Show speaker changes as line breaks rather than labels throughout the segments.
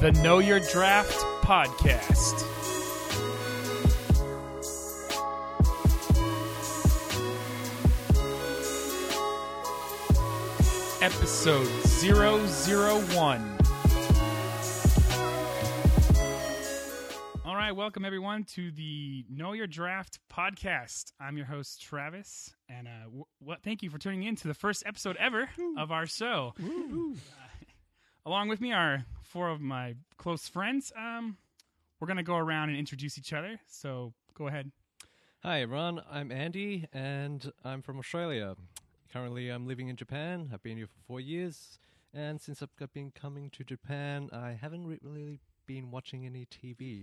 the Know Your Draft podcast. Episode 001. All right, welcome everyone to the Know Your Draft podcast. I'm your host Travis, and uh, w- what? Thank you for tuning in to the first episode ever of our show. Along with me are four of my close friends. Um, we're gonna go around and introduce each other. So go ahead.
Hi everyone, I'm Andy and I'm from Australia. Currently I'm living in Japan. I've been here for 4 years and since I've got- been coming to Japan, I haven't re- really been watching any TV.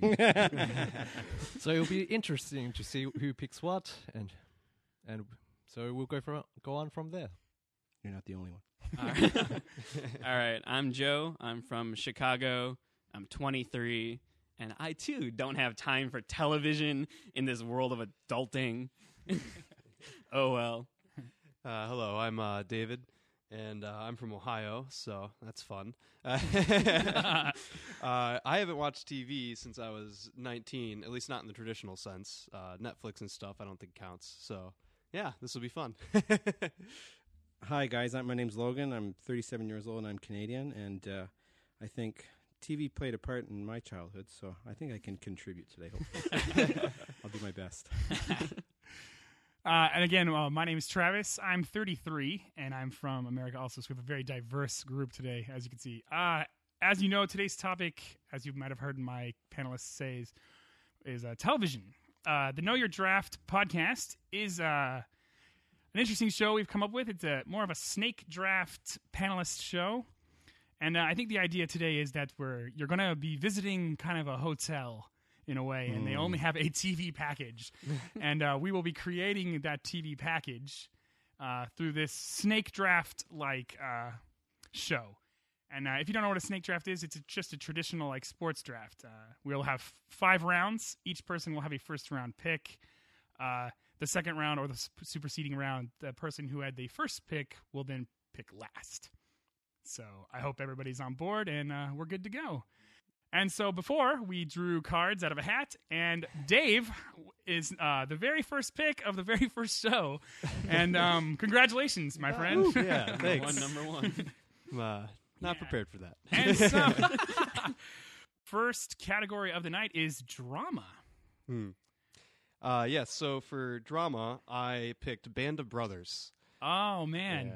so it'll be interesting to see who picks what and and so we'll go from go on from there.
You're not the only one.
All right. All right. I'm Joe. I'm from Chicago. I'm 23. And I too don't have time for television in this world of adulting. oh well.
Uh, hello, I'm uh, David, and uh, I'm from Ohio, so that's fun. Uh, uh, I haven't watched TV since I was 19, at least not in the traditional sense. Uh, Netflix and stuff, I don't think counts. So, yeah, this will be fun.
Hi, guys. I'm, my name's Logan. I'm 37 years old and I'm Canadian. And uh, I think TV played a part in my childhood, so I think I can contribute today. Hopefully, I'll do my best.
Uh, and again, uh, my name is Travis. I'm 33, and I'm from America also, so we have a very diverse group today, as you can see. Uh, as you know, today's topic, as you might have heard my panelists say, is, is uh, television. Uh, the Know Your Draft podcast is uh, an interesting show we've come up with. It's a, more of a snake draft panelist show. And uh, I think the idea today is that we're you're going to be visiting kind of a hotel in a way, and they only have a TV package, and uh, we will be creating that TV package uh, through this snake draft like uh, show. And uh, if you don't know what a snake draft is, it's just a traditional like sports draft. Uh, we'll have five rounds. Each person will have a first round pick. Uh, the second round or the sup- superseding round, the person who had the first pick will then pick last. So I hope everybody's on board and uh, we're good to go. And so before we drew cards out of a hat, and Dave is uh, the very first pick of the very first show. And um, congratulations, my friend.
yeah, thanks.
One number one.
I'm, uh, not
Yeah.
prepared for that.
And so, first category of the night is drama.
Uh, yes, so for drama, I picked Band of Brothers.
Oh man,
Yeah.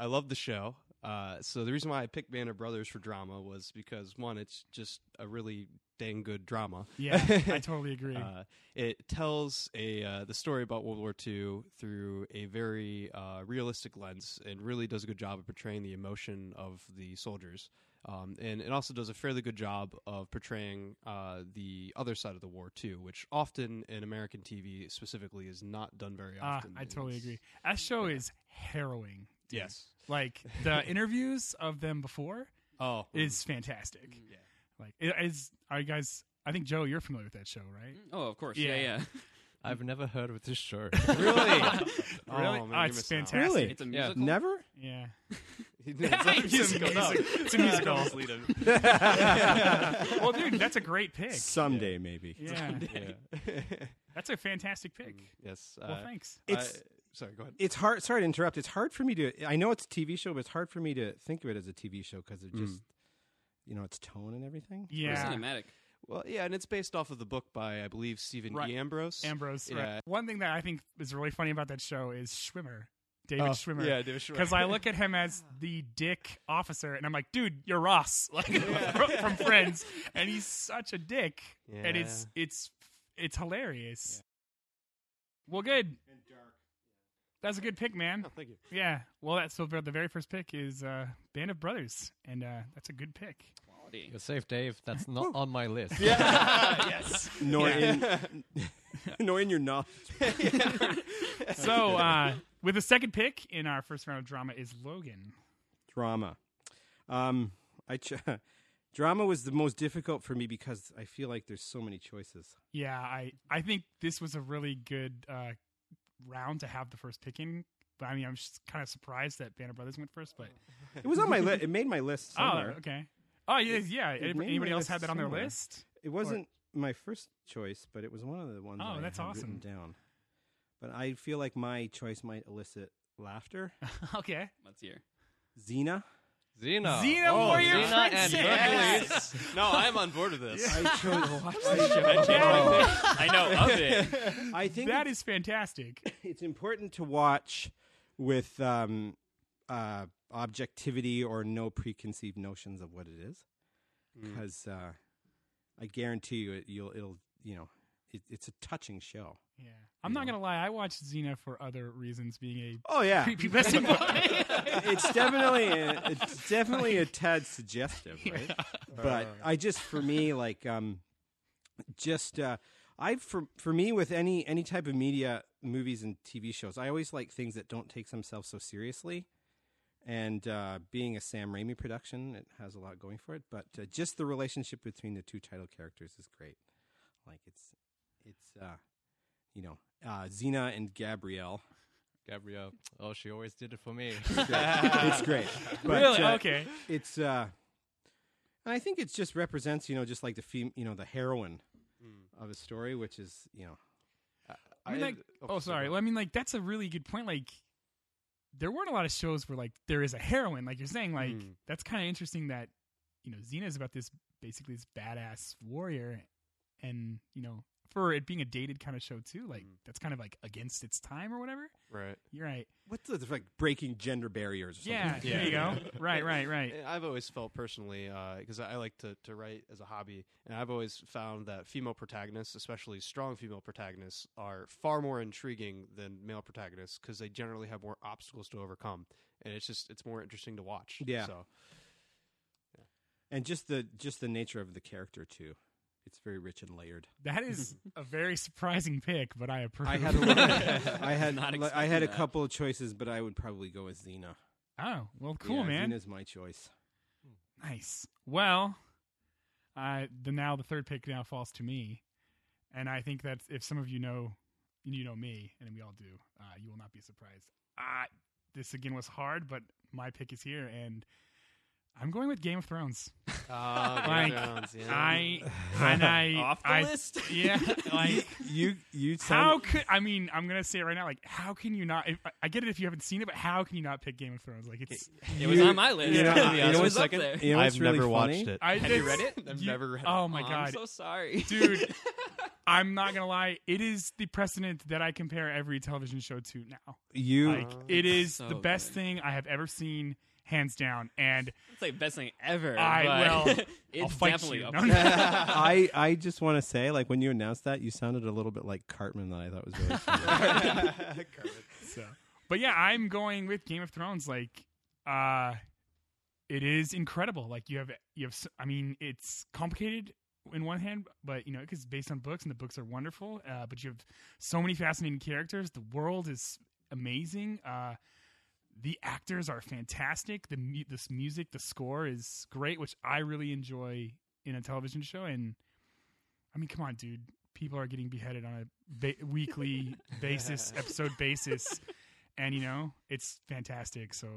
I, I love the show. Uh, so the reason why I picked Band of Brothers for drama was because one, it's just a really dang good drama.
yeah, I totally agree.
Uh, it tells a uh, the story about World War II through a very uh, realistic lens, and really does a good job of portraying the emotion of the soldiers. Um, and it also does a fairly good job of portraying uh, the other side of the war too, which often in American TV specifically is not done very
Ah,
often.
I
And
totally
it's-
agree. That show is harrowing. dude.
Yes.
like the interviews of them before
Oh,
is fantastic.
Mm,
Yeah.
Like, it is are you guys? I think Joe, you're familiar with that show, right?
Oh, of course. Yeah,
Yeah.
yeah.
I've never heard of this show.
really?
Oh,
man, you're
it's
missing out.
fantastic.
Really?
It's a
Yeah.
musical.
Uh, Never?
Yeah,
it's a musical. No.
it's a musical.
Don't mislead him.
well, dude, that's a great pick.
Someday, maybe.
Yeah,
Yeah.
that's a fantastic pick.
yes.
Well,
uh,
thanks.
It's-
I- sorry. Go ahead.
It's hard. Sorry to interrupt. It's hard for me to. I know it's a TV show, but it's hard for me to think of it as a TV show because of just, you know, its tone and everything.
We're
Yeah,
Cinematic.
Well, yeah, and it's based off of the book by I believe Stephen
Right.
E. Ambrose.
Ambrose. right.
Yeah.
One thing that I think is really funny about that show is Schwimmer, David
Oh,
Schwimmer.
Yeah, David Schwimmer.
Because I look at him as the dick officer, and I'm like, dude, you're Ross, like from, from Friends, and he's such a dick, and it's it's it's hilarious. Well, good. That's a good pick, man.
Oh, thank you.
Yeah. Well, that's so. The very first pick is uh, Band of Brothers, and uh, that's a good pick.
Quality.
You're safe, Dave. That's not on my list.
yes.
Nor in, nor in your knowledge.
So, uh, with the second pick in our first round of drama is Logan.
drama. Um, I ch- drama was the most difficult for me because I feel like there's so many choices.
Yeah, I I think this was a really good uh, round to have the first pick in. But I mean, I'm just kind of surprised that Band of Brothers went first. But
It was on my list. It made my list
oh,
somewhere.
okay. Oh yeah, yeah.
Dude,
Anybody,
maybe
anybody
I
else
have
had that on their
somewhere.
list?
It wasn't my first choice, but it was one of the ones.
Oh,
I
that's
had
awesome.
written down, but I feel like my choice might elicit laughter.
okay.
Let's hear.
Xena.
Xena.
Xena
oh,
Warrior
Xena and
Princess.
Hercules.
no, I'm on board with this.
I chose.
I,
I,
know of it.
I think
That is fantastic.
it's important to watch with um, uh, objectivity or no preconceived notions of what it is, because uh, I guarantee you, it, you'll it'll you know, it, it's a touching show.
Yeah. I'm not gonna lie. I watched Xena for other reasons, being
Oh yeah,
a prepubescent boy.
it's definitely a, it's definitely a tad suggestive, right? But
Uh.
I just for me like um just uh I for for me with any any type of media movies and TV shows, I always like things that don't take themselves so seriously. And uh, being a Sam Raimi production, it has a lot going for it. But uh, just the relationship between the two title characters is great. Like it's it's uh, you know uh, Xena and Gabrielle.
Gabrielle. Oh, she always did it for me.
it's great. But,
really?
uh,
okay.
it's uh and i think it just represents you know just like the fem- you know the heroine of a story which is you know
I mean, like, oh, sorry.
Uh,
Well, I mean, like, that's a really good point. Like, there weren't a lot of shows where like there is a heroine, like you're saying. Like,
Hmm.
Mm.
that's kind of interesting that you know Xena is about this basically this badass warrior, and you know for it being a dated kind of show too, like
Hmm.
that's kind of like against its time or whatever.
Right.
You're right.
what's the like breaking gender barriers or something
Yeah,
like that.
There you go.
Yeah.
Right. Right. Right.
And I've always felt personally because I, I like to, to write as a hobby, and I've always found that female protagonists, especially strong female protagonists, are far more intriguing than male protagonists because they generally have more obstacles to overcome, and it's just it's more interesting to watch.
Yeah.
So
and just the just the nature of the character too it's very rich and layered
That is a very surprising pick, but I approve.
i had a little, i had
Not
li- i had
expecting
a
that.
couple of choices but i would probably go with xena
oh well, cool
yeah,
man.
xena's my choice
Nice. Well, uh, the now the third pick now falls to me, and I think that if some of you know, you know me, and we all do, uh, you will not be surprised. Uh, this again was hard, but my pick is here, and I'm going with Game of Thrones.
Ah,
uh,
Like, I and I
Off the
I-
list.
Yeah, like.
you you
How could I mean? I'm gonna say it right now. Like, how can you not? If, I get it if you haven't seen it, but how can you not pick Game of Thrones? Like, it's.
It was
You-
on my list.
you know-
to be
you know
honest. it
what's
was up
second?
there.
you know what's
I've
really
never watched
funny?
it.
I,
Have you
it's-
read it?
I've never read it.
Oh my
Oh,
god!
I'm so sorry,
dude i'm not gonna lie it is the precedent that i compare every television show to now
you
like it is
Uh, so
the best
good.
thing i have ever seen hands down and
It's like best thing ever.
I
but
will.
It's
i'll fight
definitely
you
up
No, no.
there.
I I just want to say, like when you announced that, you sounded a little bit like Cartman, that I thought was really funny.
so but yeah i'm going with game of thrones like uh it is incredible like you have you have s- i mean it's complicated in one hand but you know because based on books and the books are wonderful uh but you have so many fascinating characters the world is amazing uh the actors are fantastic the mu- this music the score is great which i really enjoy in a television show and i mean come on dude people are getting beheaded on a ba- weekly basis episode basis and you know it's fantastic so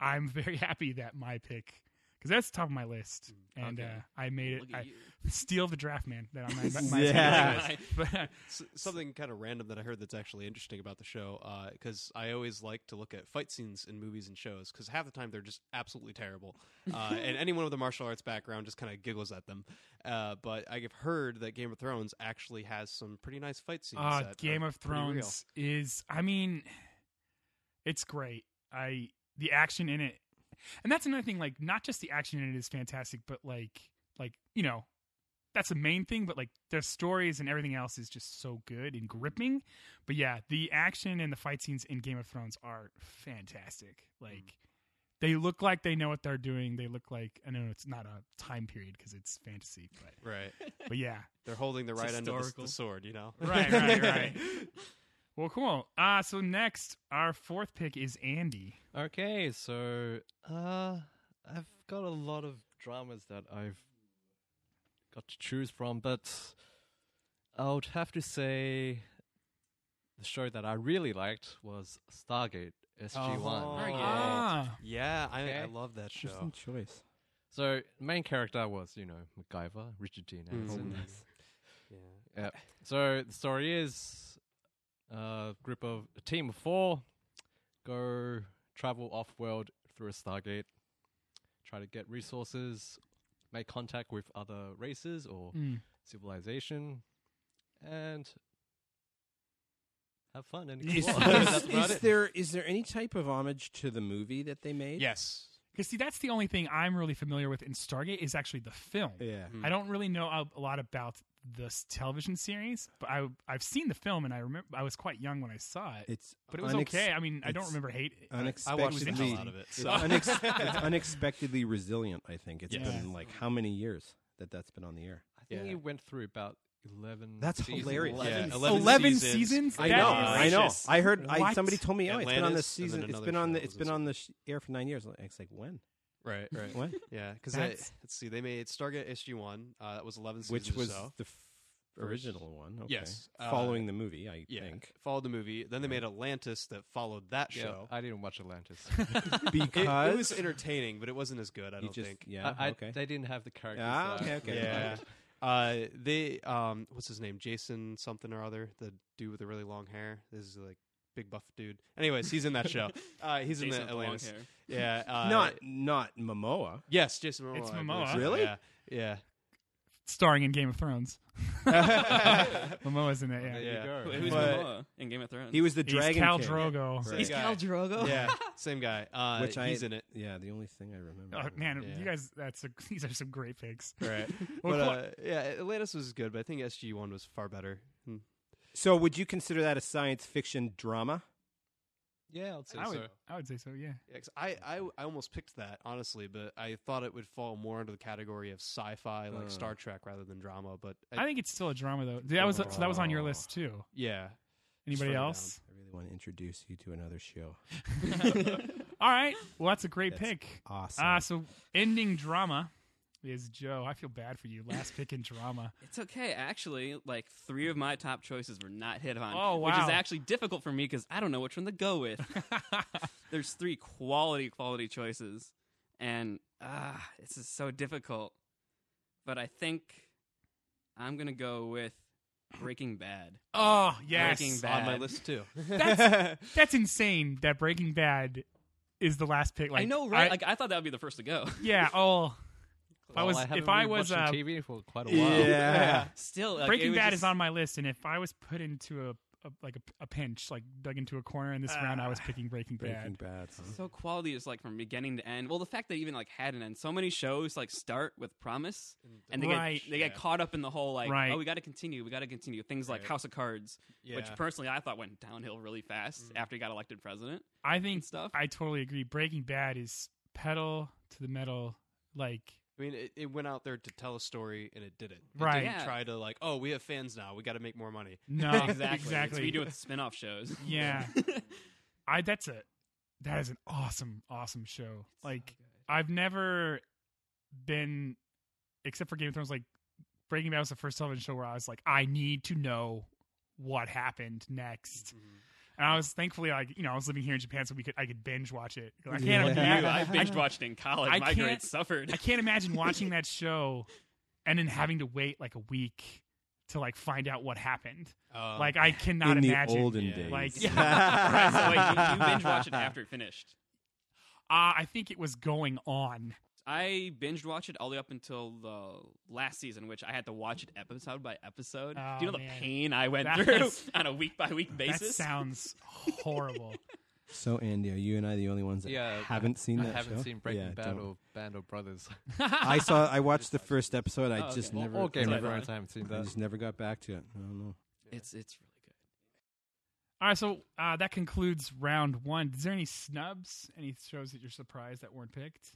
i'm very happy that my pick because that's top of my list and
Mm, okay.
uh, i made it
Look at
I,
you.
steal the draft man that on my, my
Yeah.
list. but uh,
S- something kind of random that I heard that's actually interesting about the show, because I always like to look at fight scenes in movies and shows, because half the time they're just absolutely terrible, uh, and anyone with a martial arts background just kind of giggles at them. Uh, but I've heard that Game of Thrones actually has some pretty nice fight scenes.
Uh,
that are
Game of
pretty real.
Thrones is, I mean, it's great. I the action in it, and that's another thing. Like, not just the action in it is fantastic, but like, like you know, that's the main thing. But like, their stories and everything else is just so good and gripping. But yeah, the action and the fight scenes in Game of Thrones are fantastic. Like.
Mm.
They look like they know what they're doing. They look like I know it's not a time period because it's fantasy, but
Right,
but yeah,
they're holding the
It's
right end of the,
historical.
the sword, you know.
Right, right, right. Well, cool. Uh, so next, our fourth pick is Andy.
Okay, so uh, I've got a lot of dramas that I've got to choose from, but I would have to say the show that I really liked was Stargate SG One.
Oh.
Stargate.
Ah,
Yeah, I,
Okay.
I love that show.
Interesting choice.
So main character was you know MacGyver, Richard Dean
Mm.
Anderson.
Yeah.
Yeah. So the story is a group of a team of four go travel off world through a stargate, try to get resources, make contact with other races or
Mm.
civilization, and have fun and
Is-
explore.
is-
That's about
is
it.
there is there any type of homage to the movie that they made?
Yes.
Because see, that's the only thing I'm really familiar with in Stargate is actually the film.
Yeah.
Mm.
I don't really know a- a lot about this television series, but I I've seen the film and I remember I was quite young when I saw it.
It's
but it was
unex-
okay. I mean, I don't
it's
remember hate. uh, it.
I
Unexpectedly,
watched the hell out of it.
It's,
So.
unex- it's unexpectedly resilient. I think it's
Yeah.
been like how many years that that's been on the air.
I think
Yeah.
he went through about eleven.
That's
seasons.
hilarious.
Yeah,
Eleven
11
seasons.
seasons.
I
That
know,
is-
I know.
outrageous.
I heard I,
What?
somebody told me, oh, it's been on this
Atlantis, and then
season. It's
another
been on
show
the
was
it's been
in
on the sh- air for nine years. It's like when
Right, right.
when
Yeah, because let's
That's-
see, they made Stargate SG One. Uh, that was eleven seasons,
which was
or so.
the f- original one. Okay.
Yes, uh,
following the movie, I
yeah,
think
followed the movie. Then they made Atlantis that followed that
Yeah,
show.
I didn't watch Atlantis.
It,
because
it was entertaining, but it wasn't as good. I
you
don't
just
think.
yeah
I, I,
okay
They didn't have the characters.
ah
that-
okay okay
Yeah. Uh, they um, what's his name? Jason something or other. The dude with the really long hair. This is like big buff dude. Anyways, he's in that show. Uh, he's
Jason
in
with
the
the long
Atlantis.
hair.
Yeah. Uh,
not not Momoa.
Yes, Jason Momoa.
It's
I believe
Momoa.
so,
Really?
Yeah. Yeah.
starring in Game of Thrones. Momoa's in it. Yeah.
There
Yeah.
you go.
Who- Who's
But-
Momoa in Game of Thrones?
He was the
He's
dragon
Khal
king.
Drogo.
Right.
He's
guy.
Cal Drogo.
yeah, same guy. Uh,
Which I-
he's in it.
Yeah, the only thing I remember.
Oh man,
Yeah.
you guys, that's a, these are some great picks.
Right.
Well,
but
Cla-
uh, yeah, Atlantis was good, but I think SG One was far better. Hmm.
So, would you consider that a science fiction drama?
Yeah, I'd say
I would,
so.
I would say so. Yeah.
Yeah, 'cause I, I I almost picked that honestly, but I thought it would fall more under the category of sci-fi, like
Uh.
Star Trek, rather than drama. But I,
I think it's still a drama though. That was so that was on your
Oh.
list too.
yeah,
Anybody
further down.
else?
I really want to introduce you to another show.
All right. Well, that's a great
That's
pick.
Awesome.
Ah, so ending drama is Joe. I feel bad for you. Last pick in drama.
It's okay, actually. Like three of my top choices were not hit on,
Oh,
which
wow.
is actually difficult for me because I don't know which one to go with. There's three quality, quality choices, and ah, this is so difficult. But I think I'm gonna go with Breaking Bad.
oh yes,
Breaking
on my
Bad.
list too.
That's- that's insane. That Breaking Bad is the last pick. Like
I know, right?
I-
like I thought that would be the first to go.
yeah. Oh, if I
Well,
was
haven't
if I
been
was
watching
uh,
TV for quite a while.
yeah.
Still, like, it
Breaking
was
Bad
just-
is on my list, and if I was put into a, a like a, a pinch, like dug into a corner in this
Uh,
round, I was picking Breaking Bad.
Breaking Bad.
So quality is like from beginning to end. Well, the fact that even like had an end. So many shows like start with promise, and they
Right.
get they get caught up in the whole like,
Right.
oh, we got to continue, we got to continue. Things like
Right.
House of Cards,
Yeah.
which personally I thought went downhill really fast after he got elected president
I think
and stuff.
I totally agree. Breaking Bad is pedal to the metal, like
I mean, it, it went out there to tell a story, and it didn't. It
Right.
didn't
Yeah.
try to like, oh, we have fans now. We got to make more money.
no,
exactly. That's what
exactly.
you do with spin-off shows.
Yeah. I that's a that is an awesome, awesome show. like I've never been except for Game of Thrones, like Breaking Bad was the first television show where I was like, I need to know what happened next.
Mm-hmm.
And I was thankfully like, you know, I was living here in Japan so we could I could binge watch it. I can't
Like
imagine-
you, I binge watched in college.
I
my
can't-
grades suffered.
I can't imagine watching that show and then having to wait like a week to like find out what happened.
Oh.
Um,
like I cannot
in
imagine.
the olden
yeah.
days.
Like-
Right, so wait, you, you binge watch it after it finished.
Uh, I think it was going on.
I binged watched it all the way up until the last season, which I had to watch it episode by episode.
Oh,
Do you know the
man.
pain I went
That's-
through on a week by week
That
basis?
sounds horrible.
So, Andy, are you and I the only ones that
Yeah,
haven't seen
I
that
haven't
show?
seen Breaking
Yeah,
Bad
don't.
or Band of Brothers.
I saw. I watched the first episode. I
Oh,
just
okay. Or-
never.
or Game
so
of
I-
Thrones. I haven't seen
I
that.
just never got back to it. I don't know.
it's it's really good.
All right, so uh, that concludes round one. Is there any snubs? Any shows that you're surprised that weren't picked?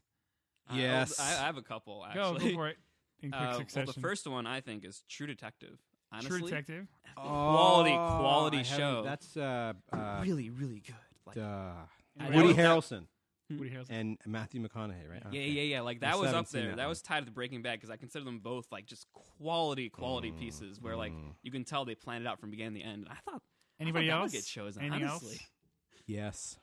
Uh, I'll-
Yes.
I, I have a couple
Go,
actually.
go for it. In quick
Uh, well,
succession.
the first one I think is True Detective. Honestly,
True Detective.
quality, quality
Oh, I haven't-
show.
That's uh, uh,
really really good. Like,
uh,
I
Anybody
Woody
know.
else?
Harrelson
Woody Harrelson.
and Matthew McConaughey, right?
yeah,
Okay.
yeah, yeah. Like
I
that
still
was
haven't
up
seen
there.
that
That,
one.
was tied to the Breaking Bad because I consider them both like just quality, quality pieces where like you can tell they planned it out from beginning to end. I thought I thought
Anybody
that would
else?
get shows,
Anything
honestly.
else?
Yes.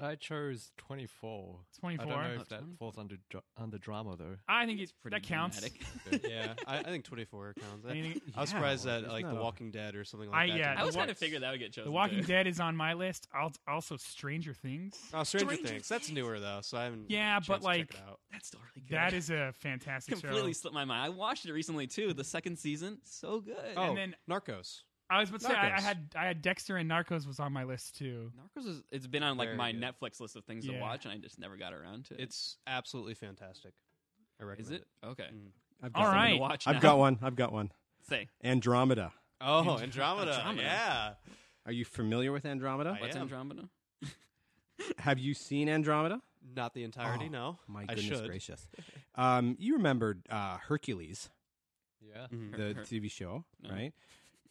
I chose 24. I
24.
don't know
I,
if that falls under dra- under drama though.
think it's
Pretty
that counts.
dramatic.
yeah, I, I think 24 counts. I,
Anything-
I was
Yeah,
surprised
well,
that
there's
like The
no-
Walking Dead or something like
I- yeah,
that. didn't
The
I was
count.
kind of figured that would get chosen.
The Walking
too.
Dead is on my list. Al- also, Stranger Things.
Oh, Stranger,
Stranger
Things. That's newer though, so I haven't.
Yeah,
had
but,
a chance to check
like,
it out.
That's still really good.
That is a fantastic
completely
show.
slipped my mind. I watched it recently too. The second season, so good.
oh,
and then-
Narcos.
I was about to say I, I
Narcos.
had I had Dexter and Narcos was on my list too.
Narcos is it's been on like
Very
my
good.
Netflix list of things
Yeah.
to watch, and I just never got around to it.
It's absolutely fantastic. I recommend
is it okay?
Mm.
I've
All
Something
right.
to watch.
I've
now.
got one. I've got one.
Say
Andromeda.
Oh, Andromeda.
Andromeda.
Yeah.
Are you familiar with Andromeda?
I
what's
am.
Andromeda?
Have you seen Andromeda?
Not the entirety,
Oh,
no.
My
I
goodness
should.
gracious. Um, you remembered uh, Hercules,
Yeah.
the
Mhm.
Her- her-
TV show,
No.
right?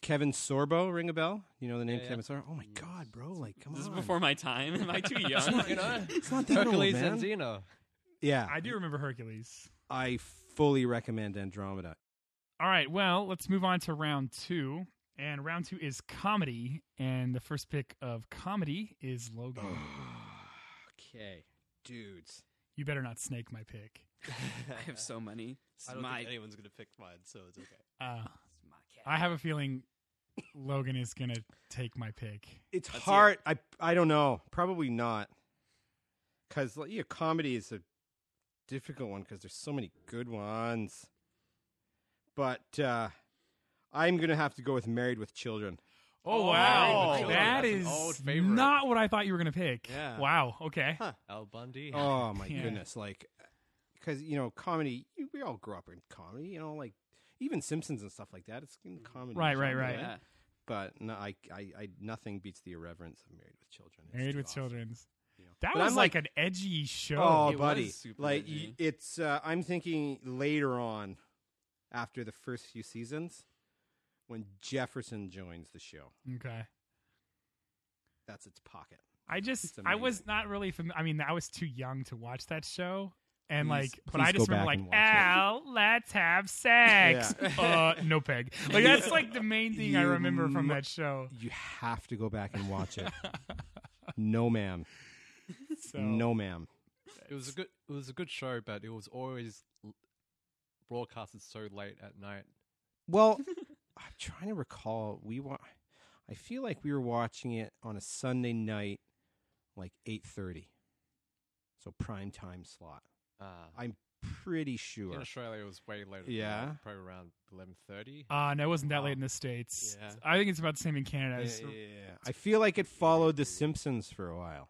Kevin Sorbo, ring a bell? You know the name
Yeah,
Kevin Sorbo? Oh my God, bro! Like, come
This is
on.
before my time. Am I too young?
You know,
It's not that
Hercules
old, man.
and Zeno.
Yeah,
I do remember Hercules.
I fully recommend Andromeda.
All right, well, let's move on to round two. And round two is comedy. And the first pick of comedy is Logan.
okay, dudes.
You better not snake my pick.
I have so many. This
I
is
don't
my,
think anyone's gonna pick mine, so it's okay.
Uh,
this is my cat.
I have a feeling Logan is going to take my pick.
It's
Let's hear
hard. I I don't know. Probably not. Because yeah, comedy is a difficult one because there's so many good ones. But uh, I'm gonna have to go with Married with Children.
Oh,
Oh,
wow.
Married with Children.
that
That's an
is
old favorite.
not what I thought you were going to pick.
Yeah.
Wow. Okay.
Huh.
Al Bundy.
Oh my
Yeah.
goodness! Like, because you know, comedy. You, we all grew up in comedy. You know, like even Simpsons and stuff like that. It's in comedy.
Right, right,
genre,
right.
Yeah.
But no, I, I, I, nothing beats the irreverence of Married with Children. It's
Married
too
with
awesome.
Children.
You know.
That
But
was
I'm
like, an edgy show.
Oh,
It
buddy,
was super
like
edgy.
y- it's. Uh, I'm thinking later on, after the first few seasons, when Jefferson joins the show.
Okay.
That's its pocket.
I just
It's
I was
amazing.
not really familiar. I mean, I was too young to watch that show, and
Please-
like, but
please
I just
go
remember
back
like,
and watch it.
Al, let's have sex.
Yeah.
uh, no peg. Like that's like the main thing I
You
remember from
mu-
that show.
You have to go back and watch it. no, ma'am.
So,
No, ma'am.
It was a good. It was a good show, but it was always l- broadcasted so late at night.
Well, I'm trying to recall. We wa- I feel like we were watching it on a Sunday night, like eight thirty. So prime time slot.
Ah.
I'm pretty sure.
In Australia, it was way later. than
Yeah.
that, probably around eleven thirty.
Uh, no, it wasn't that late in the states.
Yeah.
I think it's about the same in Canada. as- Yeah,
Yeah, I feel like it followed The Simpsons for a while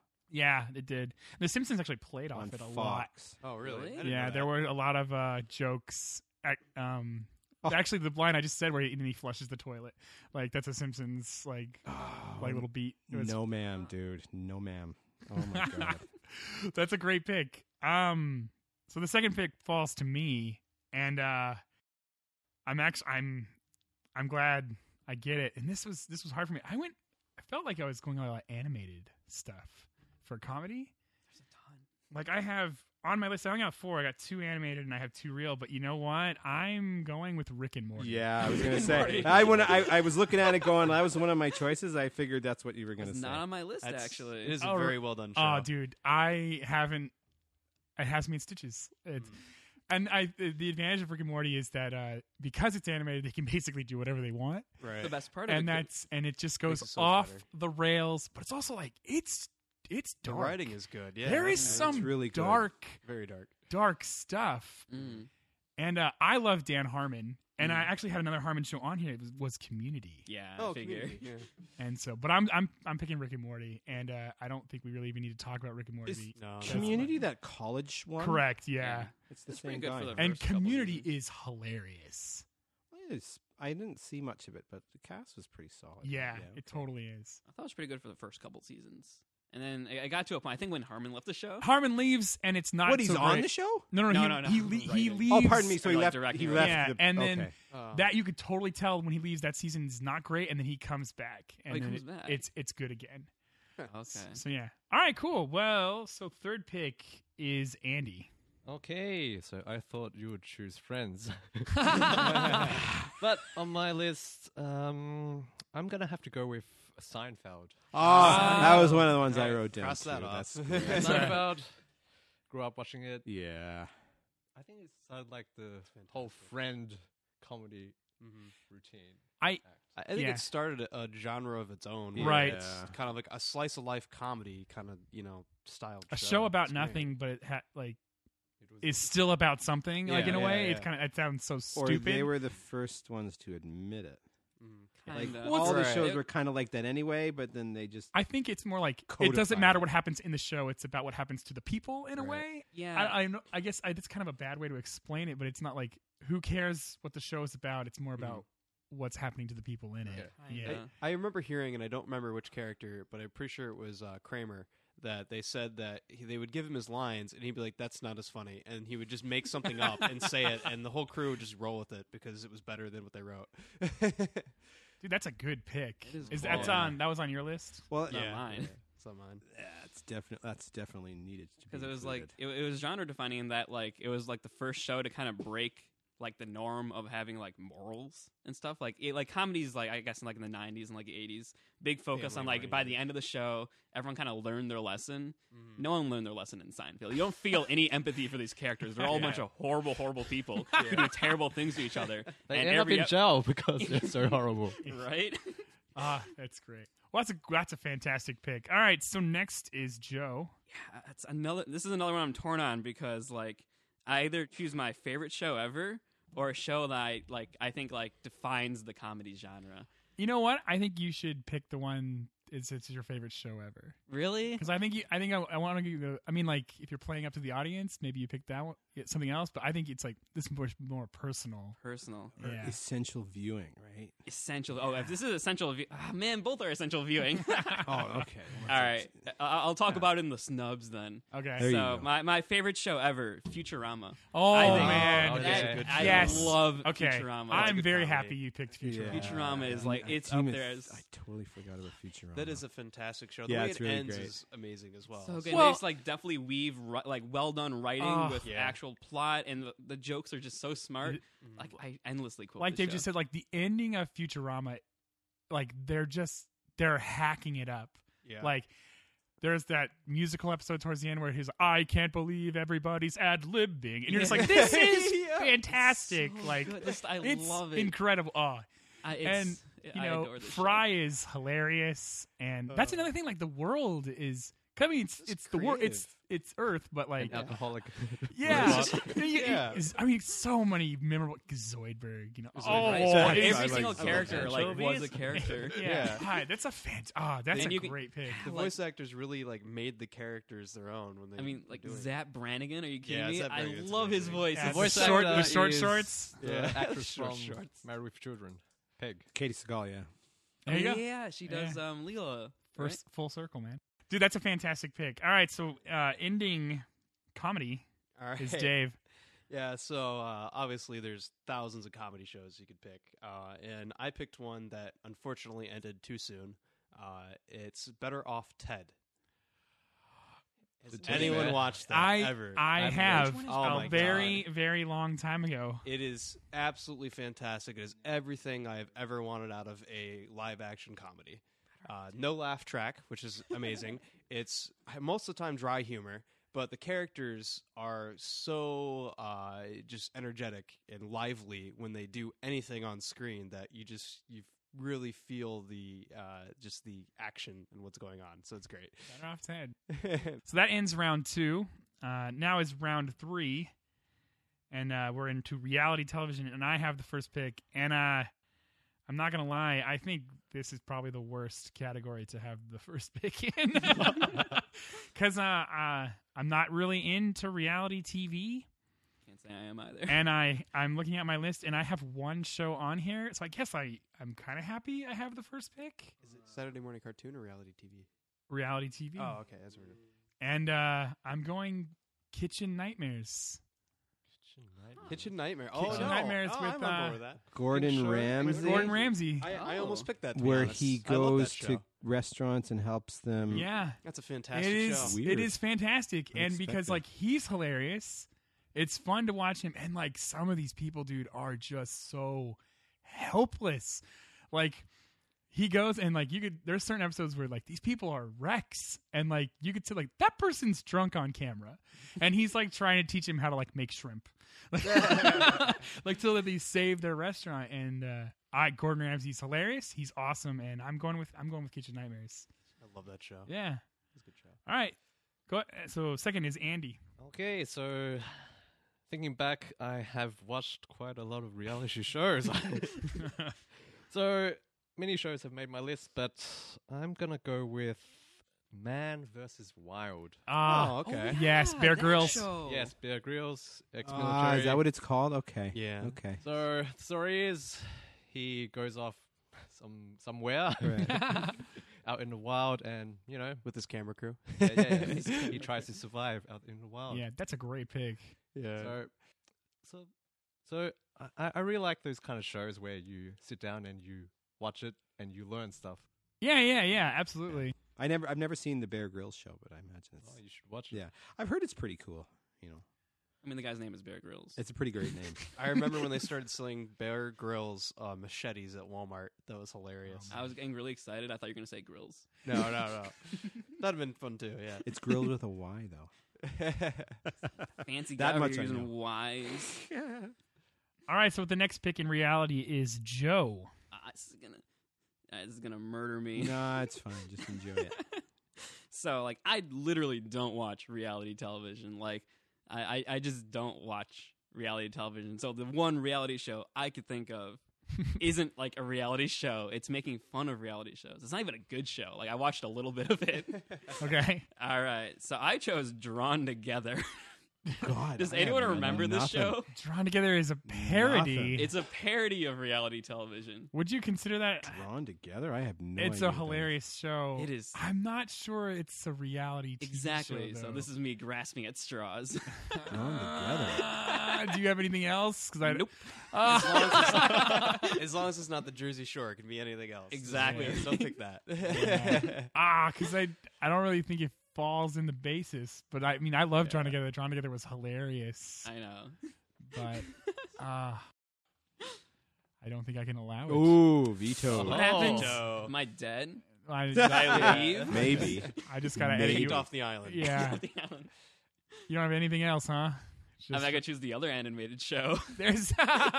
it did. The Simpsons actually played off
on
it a lot.
Fox.
Oh, really?
Really?
I didn't
Yeah,
know
there
that.
were a lot of uh, jokes. Ac um,
Oh.
actually, the line I just said where he, and he flushes the toilet, like that's a Simpsons like
Oh,
like little beat. It was
no, Oh, ma'am, dude. No, ma'am. Oh my god.
That's a great pick. Um, so the second pick falls to me, and uh, I'm actually I'm I'm glad I get it. And this was this was hard for me. I went, I felt like I was going a lot animated stuff for comedy.
There's a ton.
Like I have on my list, I only got four. I got two animated and I have two real. But you know what? I'm going with Rick and Morty.
Yeah, I was gonna
Morty.
say. I when I, I was looking at it, going, that was one of my choices. I figured that's what you were gonna
It's
say.
not on my list
That's-
actually.
It is
Oh,
a very well done show.
Oh, dude, I haven't. It has me in stitches. It's, And I, the the advantage of Rick and Morty is that uh, because it's animated, they can basically do whatever they want,
Right.
the best part of
and
it. could-
that's and it just goes
Makes it so much
off
better.
the rails. But it's also like it's it's
The
dark.
writing is good. Yeah.
there is
that's-
some
it's
really good.
dark,
very dark.
dark stuff.
Mm.
And uh, I love Dan Harmon, and I
Mm.
actually had another Harmon show on here. It was, was Community,
Oh, Yeah, I figure.
and so, but I'm I'm I'm picking Rick and Morty, and uh, I don't think we really even need to talk about Rick and Morty.
Is
No, that's-
Community, that college one.
Correct, yeah.
It's the
It's pretty
same
good
guy.
for the
and
first couple
community
seasons.
is hilarious
It is- I didn't see much of it, but the cast was pretty solid.
yeah,
okay.
it totally is
I thought it was pretty good for the first couple seasons, and then I- I got to a point. I think when Harmon left the show,
harmon leaves and it's not
What he's
so
on
great.
the show?
no no
No,
he,
no, no.
he, le- he
Right.
leaves
Oh, pardon me. So he
Or, like,
left.
directing
He
or
left.
Yeah,
the,
and then-
okay.
Oh.
that you could totally tell when he leaves that season is not great and then he comes back and
he
then
comes
it-
back.
it's it's good again
okay,
so yeah all right cool well so third pick is andy
Okay, so I thought you would choose Friends, but on my list, um, I'm gonna have to go with Seinfeld.
mm-hmm.
Oh, that was one of the ones I
Alright,
wrote down.
cross that
too.
off.
That's-
That's
right.
Seinfeld. Grew up watching it.
yeah.
I think it started like the whole friend comedy routine.
I
I I think
Yeah.
it started a, a genre of its own. where
Right.
It's kind of like a slice of life comedy kind of, you know, style.
a show about
It's great.
nothing, but it ha- like
It was
is still about something. like
Yeah,
in a
yeah,
way,
yeah.
it's kind of it sounds so
Or
stupid.
they were the first ones to admit it.
Mhm.
Like
Kinda.
What's-
all the
Right.
shows were kind of like that anyway, but then they just
I think it's more like it doesn't
Codified.
matter what happens in the show; it's about what happens to the people in a
Right.
way.
yeah.
I, I, know, I guess I, that's kind of a bad way to explain it, but it's not like who cares what the show is about. It's more about what's happening to the people in it.
Kinda.
Yeah,
Yeah.
I remember hearing, and I don't remember which character, but I'm pretty sure it was uh, Kramer. That they said that he, they would give him his lines, and he'd be like, "That's not as funny," and he would just make something up and say it, and the whole crew would just roll with it because it was better than what they wrote. it's
dude, that's a good pick.
It is
Is
quality.
that's on that was on your list?
well, uh,
Not mine.
not mine.
That's definitely that's definitely needed to be
because it was like
included.
it, it was genre defining in that like it was like the first show to kind of break like the norm of having like morals and stuff like it, like comedies like I guess in like in the 90s and like 80s big focus on like by the end of the show everyone kind of learned their lesson
Mm-hmm.
no one learned their lesson in Seinfeld you don't feel any empathy for these characters they're all a bunch of horrible horrible people who do terrible things to each other
They
and
end up
every
in jail because they're so horrible.
ep- right
Ah, that's great. Well, that's a that's a fantastic pick. All right, so next is Joe.
yeah, Uh, that's another. This is another one I'm torn on because like I either choose my favorite show ever or a show that I like. I think like defines the comedy genre.
You know what? I think you should pick the one. It's it's your favorite show ever
Really?
because I think you, I think I, I want to give you. the- I mean, like if you're playing up to the audience, maybe you pick that one, yeah, something else. But I think it's like this is more, more personal.
Personal,
Or
Yeah.
essential viewing, right?
essential. Oh, if this is essential, view- ah, man, both are essential viewing. All
Oh, okay.
right, I- I'll talk about it in the snubs then.
Okay.
There you
so
go.
my, my favorite show ever, Futurama.
oh
I think-
man,
Oh,
That-
that's a good
I
show.
yes.
love
okay.
Futurama.
I'm
good
very
comedy.
happy you picked Futurama.
Futurama is,
I-
like,
I
it's
team
up
is-
there as-
I totally forgot about Futurama.
That is a fantastic show. The
Yeah,
way
it's
it
really
ends
great.
is amazing as well.
So good.
Well-
they just like definitely weave ri- like well done writing
Oh.
with
Yeah.
actual plot, and the, the jokes are just so smart. Like I endlessly quote.
Like
this
Dave
show.
just said, like the ending of Futurama, like they're just they're hacking it up.
Yeah.
Like there's that musical episode towards the end where he's I can't believe everybody's ad libbing. And you're just like, This is
Yeah.
fantastic.
So
like
good. This- I
it's
love it.
incredible. Oh,
I, it's,
and, you
I
know,
adore this show. Uh.
Fry is hilarious and that's
Oh.
another thing, like the world is I mean, it's,
It's
it's the world, it's it's Earth, but like,
An alcoholic.
yeah,
robot.
You- you-
Yeah.
it's- I mean, so many memorable Zoidberg, you know, oh,
Zoidberg.
Right.
it's-
every
I
single
like- I like
character like was a
anchovies.
character.
yeah,
Yeah.
Hi, that's a fan. Ah, that's
Then
a
you can-
great pick.
the
like-
voice actors really like made the characters their own. When they
I mean, like
doing it.
Zap Brannigan. Are you kidding
Yeah,
me?
Zap
I
Brannigan's
love his
amazing.
voice.
Yeah,
His
the
voice
short,
actor
the short
uh, is-
shorts.
The
Yeah.
uh, actress
Short
from
shorts.
Married with Children. Peg.
Katie Segal, yeah.
There you
oh,
go.
Yeah, she does. Um, Leela.
First full circle, man. Dude, that's a fantastic pick. All right, so uh, ending comedy
All right.
is Dave.
Yeah, so uh, obviously there's thousands of comedy shows you could pick, uh, and I picked one that unfortunately ended too soon. Uh, it's Better Off Ted. Has
The Teddy
anyone
Bear.
watched that
I
ever?
I
I've
have
watched- Oh
a
my
very very long time ago.
It is absolutely fantastic. It is everything I have ever wanted out of a live action comedy. Uh, no laugh track, which is amazing. it's most of the time dry humor, but the characters are so uh, just energetic and lively when they do anything on screen that you just you really feel the uh, just the action and what's going on. So it's great.
Better off Ted. So that ends round two. Uh, now is round three, and uh, we're into reality television. And I have the first pick. And uh, I'm not gonna lie, I think this is probably the worst category to have the first pick in, because uh, uh, I'm not really into reality TV.
Can't say I am either.
And I I'm looking at my list, and I have one show on here. So I guess I I'm kind of happy I have the first pick.
Is it Saturday morning cartoon or reality TV?
Reality TV.
Oh, okay, that's weird.
And uh, I'm going Kitchen Nightmares.
Kitchen Nightmare. Oh,
Kitchen
no.
Nightmares
oh,
with,
I'm on
uh,
board with that.
Gordon
Sure.
Ramsay.
With
Gordon Ramsay.
I, I almost
Oh.
picked that to be
where
honest.
he
I love that
goes to
show.
restaurants and helps them.
yeah.
That's a
It
fantastic
is.
show.
Weird.
It is fantastic, and because
Unexpected.
like he's hilarious, it's fun to watch him. And like some of these people, dude, are just so helpless. Like he goes and like you could there's certain episodes where like these people are wrecks and like you could say like that person's drunk on camera and he's like trying to teach him how to like make shrimp like, like so that they save their restaurant and uh i gordon ramsay's hilarious he's awesome and i'm going with i'm going with kitchen nightmares
I love that show.
yeah
It's a good show.
all right go so second is andy
Okay, so thinking back, I have watched quite a lot of reality shows. so many shows have made my list, but I'm gonna go with Man versus Wild.
ah
oh, okay.
yes bear grylls
Yes, Bear Grylls, ex-military.
Oh. Ah, is that what it's called? Okay.
Yeah.
Okay.
So the story is, he goes off some somewhere out in the wild, and you know,
With his camera crew.
yeah, yeah, yeah, he tries to survive out in the wild.
yeah that's a great pick
Yeah.
So, so, so I- I, I really like those kind of shows where you sit down and you watch it and you learn stuff.
yeah yeah yeah absolutely
I never, I've never seen the Bear Grylls show, but I imagine
Oh,
it's.
you should watch it.
Yeah, I've heard it's pretty cool. You know,
I mean, the guy's name is Bear Grylls.
it's a pretty great name.
I remember when they started selling Bear Grylls uh, machetes at Walmart. That was hilarious.
I was getting really excited. I thought you were going to say grills.
no, no, no. That'd have been fun too. Yeah.
it's grilled with a Y though.
Fancy
That
guy over
much
here
I
using
know.
wise.
all right so the next pick in reality is joe
Ah, this is gonna, ah, this is gonna murder me.
nah, it's fine. Just enjoy it.
so like, I literally don't watch reality television. Like, I, I, I just don't watch reality television. So the one reality show I could think of isn't like a reality show. It's making fun of reality shows. It's not even a good show. Like I watched a little bit of it.
okay
All right. So I chose Drawn Together.
God,
Does
I
anyone
have no-
remember this
nothing.
show?
Drawn Together is a parody.
Nothing.
It's a parody of reality television.
Would you consider that?
Drawn together. I have no.
It's a
idea what that is.
hilarious show.
It is.
I'm not sure it's a reality. TV
Exactly.
Show,
so
though.
this is me grasping at straws.
Drawn together.
Ah, do you have anything else? 'Cause I Ah,
Nope.
as, long as, it's, as long as it's not the Jersey Shore, it can be anything else.
Exactly.
Yeah, Don't pick that.
ah, 'cause I I don't really think it falls in the basis. But I mean, I love Drawn Together. Drawn Together was hilarious,
I know.
but uh, I don't think I can allow it.
Ooh, veto.
Oh.
What happens?
No.
Am I dead?
I,
I leave?
Maybe.
I just gotta edit
Kicked
you.
off the island.
Yeah,
Damn.
you don't have anything else, huh?
I'm
Just,
not gonna choose the other animated show.
there's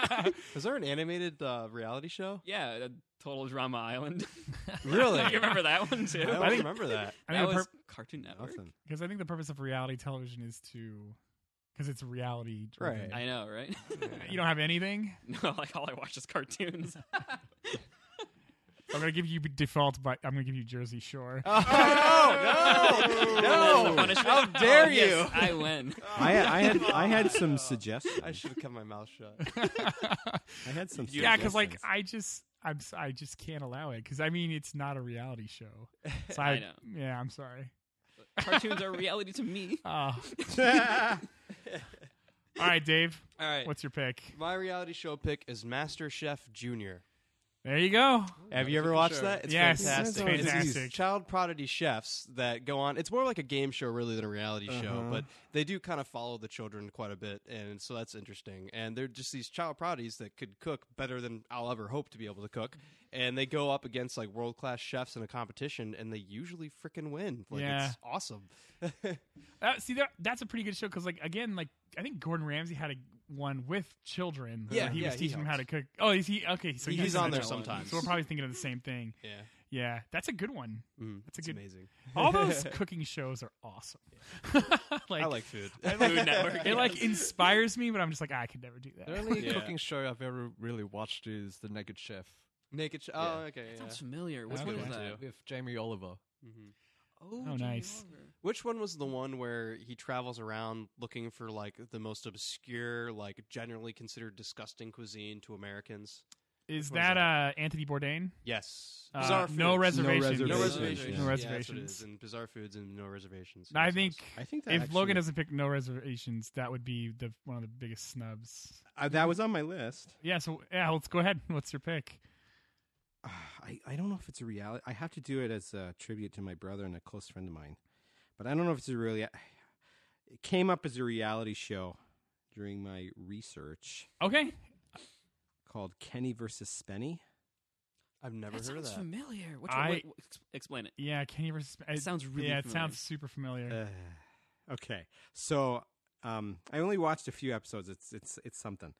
Is there an animated uh, reality show?
yeah, uh, Total Drama Island.
Really?
you remember that one
I
too?
don't
I think-
remember that.
I
that
think the
was Cartoon Network.
Nothing.
Because I think the purpose of reality television is to, because it's reality. driven.
Right.
I know, right?
You don't have anything.
no, like all I watch is cartoons.
I'm gonna give you default, but I'm gonna give you Jersey Shore.
Oh, no, no, no!
Punishment?
How dare
Oh,
you!
yes, I win.
I, I had I had some suggestions.
I should have kept my mouth shut.
I had some.
yeah, because like
suggestions.
I just, I'm, s- I just can't allow it. Because I mean, it's not a reality show. So I,
I know.
Yeah, I'm sorry.
Cartoons are reality to me.
Uh, all right, Dave.
All right.
What's your pick?
my reality show pick is Master Chef Junior.
There you go.
Have
Oh, that's a
you ever
good
watched
show.
that? It's
Yes,
fantastic.
it's
It's these
fantastic.
child prodigy chefs that go on. It's more like a game show really than a reality show,
Uh-huh.
but they do kind of follow the children quite a bit, and so that's interesting. And they're just these child prodigies that could cook better than I'll ever hope to be able to cook, and they go up against like world class chefs in a competition, and they usually freaking win. Like
Yeah.
it's awesome.
Uh, see, that, that's a pretty good show. Because like again, like I think Gordon Ramsay had a one with children. where
Yeah,
he
yeah,
was
he
teaching them how to
helps.
cook. Oh, is he okay? So
He's
he's
on there
that one.
sometimes.
So we're probably thinking of the same thing.
yeah,
Yeah, that's a good one.
mm,
That's a
it's
good-
amazing.
All those cooking shows are awesome. like,
I like food.
Food Network.
it like inspires me, but I'm just like "Ah, I could never do
The
that.
only
Yeah.
cooking show I've ever really watched is The Naked Chef.
Naked. Ch-
Yeah.
Oh, okay. yeah.
Sounds familiar. Which
That's
one
good
is
one,
that?
too.
with Jamie Oliver.
Mhm.
Oh,
Jamie
nice.
Oliver.
Which one was the one where he travels around looking for like the most obscure, like generally considered disgusting cuisine to Americans?
Is
What is
that uh, Anthony Bourdain?
Yes,
Uh,
bizarre foods.
no reservations.
reservations.
no reservations,
No
Yeah, that's what it
reservations.
is, and bizarre foods and no reservations.
I
Yes,
think
I think that
if
actually-
Logan doesn't pick No Reservations, that would be the one of the biggest snubs.
Uh, that was on my list.
Yeah. So yeah, let's go ahead. What's your pick?
Uh, I I don't know if it's a reality. I have to do it as a tribute to my brother and a close friend of mine, but I don't know if it's a really. It came up as a reality show during my research
Okay.
called Kenny versus Spenny.
I've never
that
heard of
sounds
that.
familiar. Which
I-
one? What, what- ex- explain it.
Yeah, Kenny versus. uh,
It sounds really.
yeah, it
familiar.
sounds super familiar.
Uh, okay, so um, I only watched a few episodes. It's it's it's something.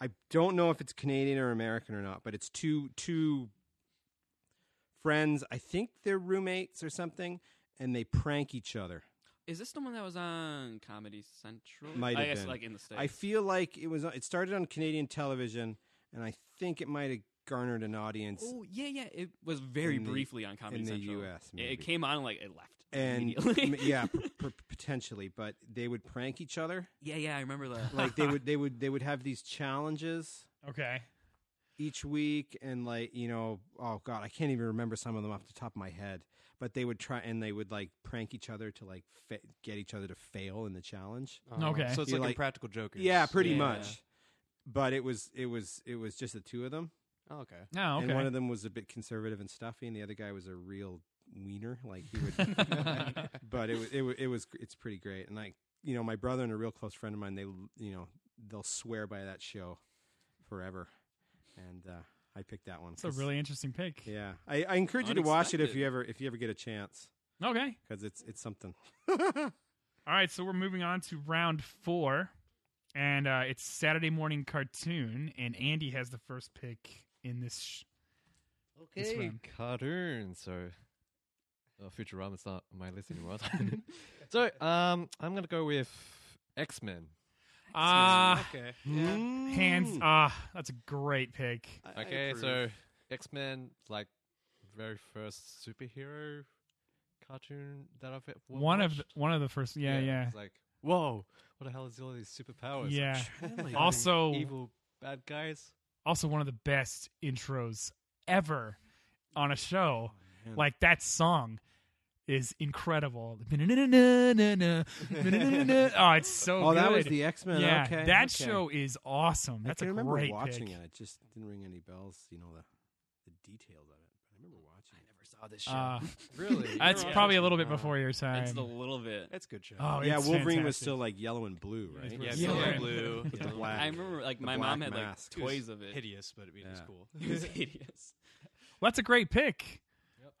I don't know if it's Canadian or American or not, but it's two two friends. I think they're roommates or something, and they prank each other.
Is this the one that was on Comedy Central?
Might
I
have
guess
been.
like in the states.
I feel like it was it started on Canadian television, and I think it might have garnered an audience
oh yeah, yeah. It was very
In the-
briefly on Comedy
in the
Central.
U.S.
It- It,
maybe.
came on like it left.
and m-
immediately.
yeah, p- p- potentially, but they would prank each other.
yeah, yeah. I remember that.
Like they would they would they would have these challenges.
Okay.
each week and like you know oh god i can't even remember some of them off the top of my head but they would try and they would like prank each other to like fa- get each other to fail in the challenge
Uh,
Okay.
So it's
You're
like,
like-
Impractical Jokers.
yeah pretty
Yeah.
much but it was it was it was just the two of them
Oh, okay.
No. Okay.
and one of them was a bit conservative and stuffy and the other guy was a real wiener like he would but it was it, wa- it was it's pretty great and like you know my brother and a real close friend of mine they l- you know they'll swear by that show forever and uh i picked that one
it's a
'cause-
really interesting pick.
Yeah, I, I encourage you to watch it if
Unexpected.
you ever if you ever get a chance
Okay.
because it's it's something.
All right. So we're moving on to round four, and uh, it's Saturday morning cartoon, and Andy has the first pick in this. Sh- This
Hey,
round.
cartoon. So, oh, Futurama's not on my list anymore. so, um, I'm gonna go with X Men.
Ah,
okay.
Mm.
hands. Ah, that's a great pick.
Okay, so X Men, like very first superhero cartoon that I've ever
One of the,
watched.
one of the first. Yeah, yeah,
It's like, whoa, what the hell is all these superpowers?
yeah.
Really?
Also,
evil bad guys.
also one of the best intros ever on a
Oh,
show. like that song is incredible. Na-na-na-na-na-na, na-na-na-na-na. oh, it's so
oh,
good.
that was the X Men.
yeah,
okay,
that
okay.
show is awesome. That's
I can
a
remember
great
watching
pick.
it. It just didn't ring any bells. You know the the details of it. But I remember watching it.
never saw this show.
Uh,
really?
that's
Yeah.
probably a little bit
Uh,
before your time.
it's a little bit.
That's a good show.
oh,
yeah,
it's
Wolverine was
fantastic.
still like yellow and blue, right?
yeah,
Yeah.
Blue,
Yeah.
blue
With the
yeah.
black-
I remember like
the
my
black
mom had
mask.
like toys of it.
hideous, but I mean, it's
Yeah.
cool.
It was hideous.
Well, that's a great pick.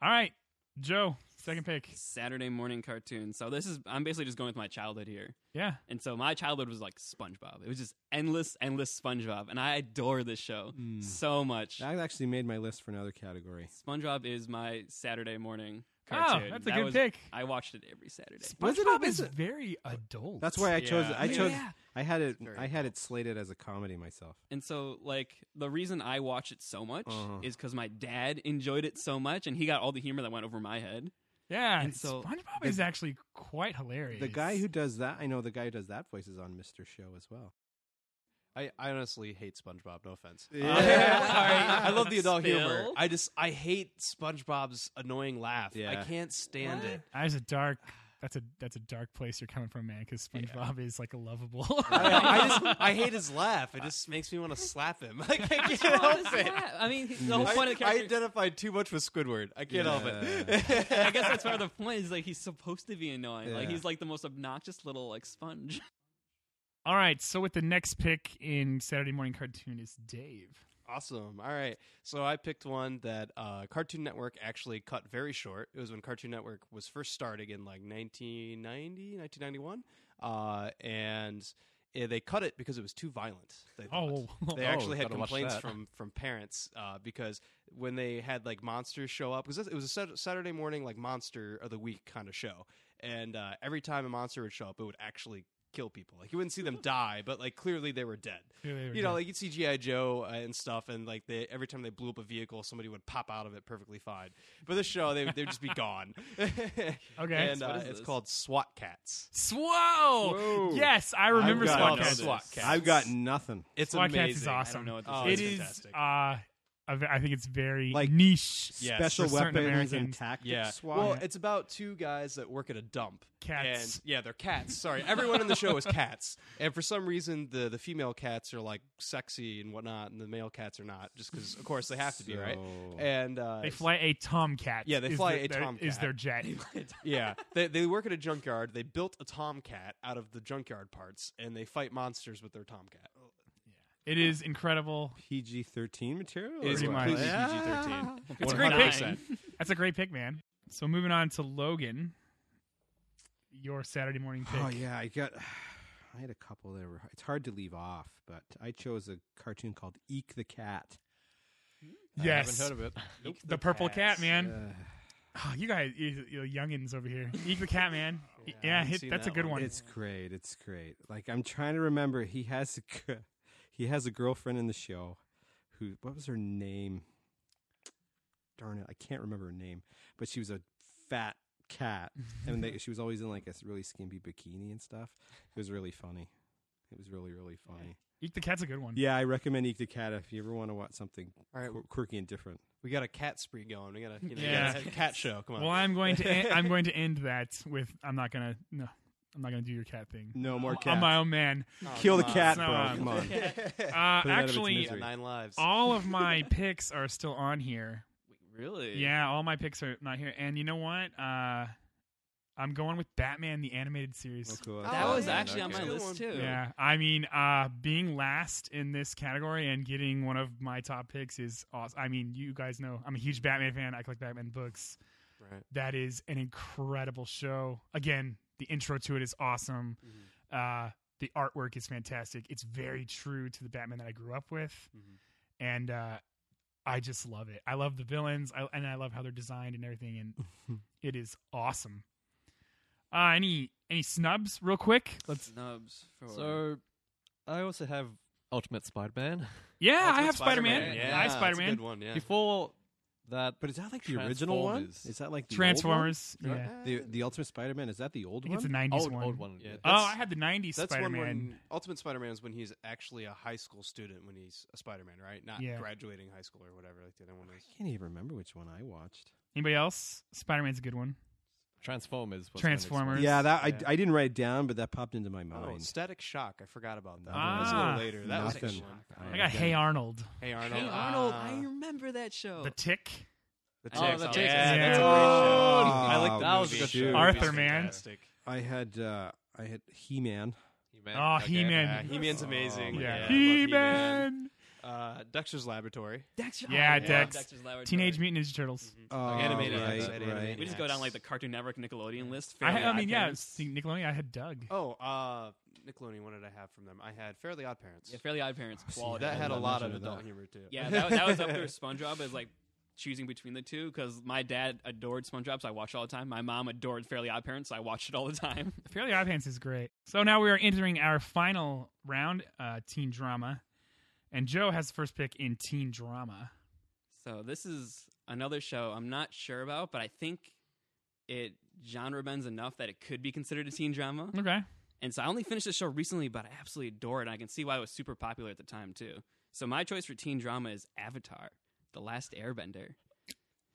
All right, Joe, second pick.
Saturday morning cartoon. So this is I'm basically just going with my childhood here.
Yeah,
And so my childhood was like SpongeBob. It was just endless, endless SpongeBob, and I adore this show
Mm.
so much.
Mm. That actually made my list for another category.
SpongeBob is my Saturday morning
oh,
cartoon.
that's a
That
good
was-
pick.
I watched it every Saturday.
Was it-
SpongeBob
was
is
it-
very adult.
That's why I chose it.
Yeah.
I chose.
Yeah.
I had it.
very
I had it slated as a comedy myself.
and so like the reason I watch it so much
Uh-huh.
is because my dad enjoyed it so much, and he got all the humor that went over my head.
Yeah,
And so
SpongeBob
the-
is actually quite hilarious.
The guy who does that, I know the guy who does that voice is on Mr. Show as well.
I, I honestly hate SpongeBob. No offense.
Yeah.
Uh, I, I love the adult humor.
Spill.
I just I hate SpongeBob's annoying laugh. I
Yeah.
can't stand it.
That's a dark. That's a that's a dark place you're coming from, man. Because SpongeBob is like a lovable.
I, I just I hate his laugh. It just makes me want to slap him. I can't help it.
I mean, the whole
I,
point of the
I
character.
identified too much with Squidward. I can't help it.
I guess that's part of the point. Is like he's supposed to be annoying. Like
Yeah.
he's like the most obnoxious little like sponge.
All right, so with the next pick in Saturday morning cartoon is Dave.
Awesome. All right. So I picked one that uh, Cartoon Network actually cut very short. It was when Cartoon Network was first starting in like 1990, 1991. Uh, and eh, they cut it because it was too violent. They
Oh,
thought. They
Oh,
actually had
gotta watch
complaints
that.
from, from parents uh, because when they had like monsters show up, because it was a Sat- Saturday morning like monster of the week kind of show. And uh, every time a monster would show up, it would actually kill people. Like you wouldn't see them die, but like clearly they were dead you know, like you'd see GI Joe uh, and stuff, and like they every time they blew up a vehicle, somebody would pop out of it perfectly fine. But this show, they they'd just be gone. okay, and
What
uh,
is
it's
this?
called SWAT Cats.
Swole.
Whoa.
Yes, I remember
got
SWAT
it.
Cats.
SWAT Cats.
I've got nothing.
It's
SWAT
amazing.
Cats is awesome.
know what this
Oh,
it
it's
is.
fantastic.
Uh, a ve- I think it's very
Like-
niche.
Yes.
Special
For certain
weapons and
Americans.
tactics.
Yeah.
SWAT.
Well, it's about two guys that work at a dump.
Cats.
And, yeah, they're cats. Sorry. Everyone in the show is cats. And for some reason, the, the female cats are like sexy and whatnot, and the male cats are not, just because, of course, they have to be, right?
So-
And uh,
They fly a tomcat.
Yeah, they
is
fly
the-
a
their-
tomcat.
Is their jet?
yeah, they, they work at a junkyard. They
Oh,
built a tomcat out of the junkyard parts, and they fight monsters with their tomcat.
It is incredible.
PG thirteen material.
It is
Pretty much.
completely PG-13.
It's a great pick.
100%.
That's a great pick, man. So moving on to Logan, your Saturday morning pick.
Oh yeah, I got. I had a couple that were. It's hard to leave off, but I chose a cartoon called Eek the Cat.
Yes,
I haven't heard of it.
the, purple cat, man.
Uh,
Oh, you guys, you, you youngins over here. Eek the cat, man.
Oh,
Yeah, hit,
seen
that's a
that
good
one.
one.
It's great. It's great. Like I'm trying to remember. He has a g- he has a girlfriend in the show, who what was her name? Darn it, I can't remember her name. But she was a fat cat, and they, she was always in like a s- really skimpy bikini and stuff. It was really funny. It was really really funny.
Eek the cat's a good one.
Yeah, I recommend Eek the Cat if you ever want to watch something
All right,
qu- quirky and different.
we got a cat spree going. We got a, you know,
Yeah.
yeah. a cat show. Come on.
Well, I'm going to en- I'm going to end that with I'm not gonna no I'm not gonna do your cat thing.
No more
I'm-
cats.
I'm my own man.
Oh,
Kill the
come on.
cat,
No,
bro.
I'm-
Come on.
Uh,
it out of its
actually,
misery.
nine lives.
all of my picks are still on here.
Really?
Yeah, all my picks are not here. And you know what? Uh, I'm going with Batman the animated series.
Oh, cool.
That
Oh,
was
yeah,
actually on my
okay. Good one.
list too.
Yeah, I mean, uh, being last in this category and getting one of my top picks is awesome. I mean, you guys know I'm a huge Batman fan. I collect Batman books.
Right.
That is an incredible show. Again, the intro to it is awesome. Uh, the artwork is fantastic. It's very true to the Batman that I grew up with,
Mhm.
and uh, I just love it. I love the villains, I, and I love how they're designed and everything, and it is awesome. Uh, any any snubs, real quick? Let's
Snubs for
So, I also have Ultimate Spider-Man.
Yeah, I
Ultimate
have Spider Man.
Yeah,
I have
that's a
Spider Man.
Good one. Yeah.
Before that,
But is that like the original one?
Transformers.
Is that like the old one?
Transformers. Yeah. I
The the Ultimate Spider-Man is that the old
think it's
one?
the 90s
old,
one.
old one.
Yeah.
Oh,
That's-
I had the 90s
That's
Spider
one
Man.
when Ultimate Spider-Man is when he's actually a high school student when he's a Spider-Man, right? Not
Yeah.
graduating high school or whatever like the other one
I
is.
can't even remember which one I watched.
Anybody else? Spider Man's a good one.
Transformers. was
Transformers.
When
Yeah,
Yeah, that
yeah.
I, I didn't write it down, but that popped into my mind.
Oh, Static Shock. I forgot about that.
Ah,
that was a little
Ah.
later. That was a
Nothing.
good one.
I
I got
Okay.
Hey Arnold,
Hey Arnold.
Hey Arnold,
Ah.
I remember that show.
The Tick.
The
Oh,
Ticks.
The
I
Ticks
like that.
is
That's a
good.
great
Oh,
show. I like
that was a good show.
Arthur, man.
Fantastic.
I had uh, I had He-Man.
He-Man.
Oh, He
Yeah,
Man.
Uh, He-Man's amazing.
my
Yeah.
I love
He Man.
Uh, Dexter's Laboratory.
Dexter.
Yeah,
I
Dex.
love Dexter's Laboratory.
Teenage Mutant Ninja Turtles.
Mm-hmm.
Oh,
animated,
right, right.
animated, animated.
We just go down like the Cartoon Network Nickelodeon list.
I,
Fairly
I mean, yeah,
Oddparents.
see, Nickelodeon, I had Doug.
Oh, uh, Nickelodeon. What did I have from them? I had Fairly Odd Parents.
Yeah, Fairly Odd Parents.
see,
Quality.
that had a
I
lot of
mentioned
adult
that.
humor too.
Yeah, that, that was up there. with SpongeBob is like choosing between the two because my dad adored SpongeBob, so I watched it all the time. My mom adored Fairly Odd Parents, so I watched it all the time.
Fairly Odd Parents is great. So now we are entering our final round, uh, teen drama, and Joe has the first pick in teen drama.
So this is another show I'm not sure about, but I think it genre bends enough that it could be considered a teen drama.
Okay,
And so I only finished this show recently, but I absolutely adore it, and I can see why it was super popular at the time too. So my choice for teen drama is Avatar: The Last Airbender.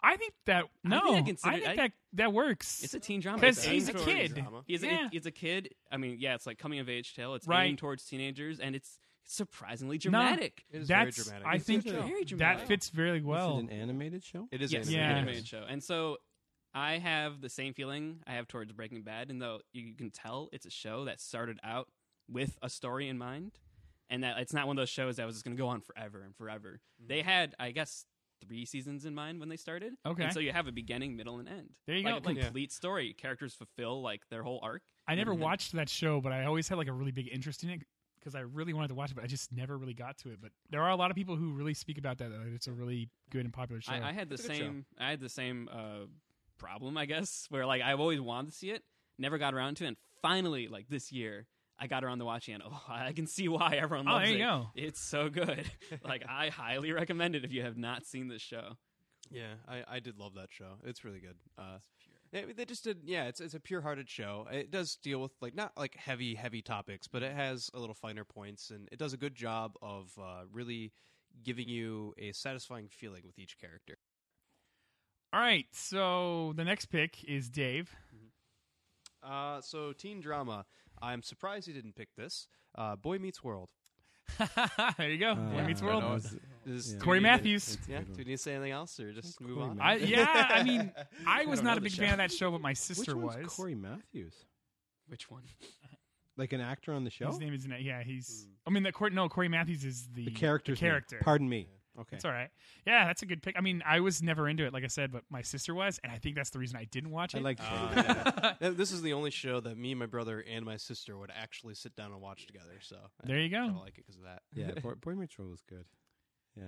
I think that no, I
I
think,
consider- I-
that that works.
It's a teen drama
Because
It's
he's a
aimed
Story
kid.
drama.
He's
Yeah.
a, he's a kid. I mean, yeah, it's like coming of age tale. It's
Right.
aimed towards teenagers, and it's surprisingly dramatic.
It is
That's
very dramatic.
I
It's
think
original.
Very
that
dramatic.
fits very
Well,
well.
is it an animated show?
It is
yes,
animated.
Yeah.
an animated show. And so I have the same feeling I have towards Breaking Bad, and though you can tell it's a show that started out with a story in mind, and that it's not one of those shows that was just going to go on forever and forever. They had, I guess, three seasons in mind when they started.
Okay.
and so you have a beginning, middle, and end.
There you
like
go,
A
like- Yeah.
complete story. Characters fulfill like their whole arc.
I never
And then-
watched that show, but I always had like a really big interest in it because I really wanted to watch it, but I just never really got to it. But there are a lot of people who really speak about that. That it's a really good and popular show.
I, I had the
It's a good show.
same. I had the same uh, problem, I guess, where like I've always wanted to see it, never got around to, it, and finally, like this year, I got around to watching it. Oh, I can see why everyone
oh,
loves
there you
it.
go.
It's so good. like I highly recommend it if you have not seen this show.
Yeah, I, I did love that show. It's really good. Uh, yeah, they just did. Yeah, it's it's a pure-hearted show. It does deal with like not like heavy heavy topics, but it has a little finer points, and it does a good job of uh, really giving you a satisfying feeling with each character.
All right, so the next pick is Dave.
Uh, so teen drama. I'm surprised you didn't pick this. Uh, Boy Meets World.
there you go. Boy
Uh,
Meets
I
World.
know
I,
it's-
Is-
yeah.
do
Corey
we need to-
Matthews.
It's a
Yeah.
good
Do
one.
we need to say anything else, or just move
Corey
on?
Matthews.
yeah, I mean, I
don't
was
know
not a
the
big
show.
fan of that show, but my
Which
sister
one's
was.
Corey Matthews?
Which one?
like an actor on the show?
His name is yeah. He's I mean that Corey no Corey Matthews is the,
the character's name.
character.
Pardon me. Okay.
It's all right. Yeah, that's a good pick. I mean, I was never into it, like I said, but my sister was, and I think that's the reason I didn't watch it.
I like
Uh, yeah. Th- this is the only show that me, my brother, and my sister would actually sit down and watch together. So I
There you go.
kinda like it because of that.
Yeah, Boy, Boy Meets World was good. Yeah.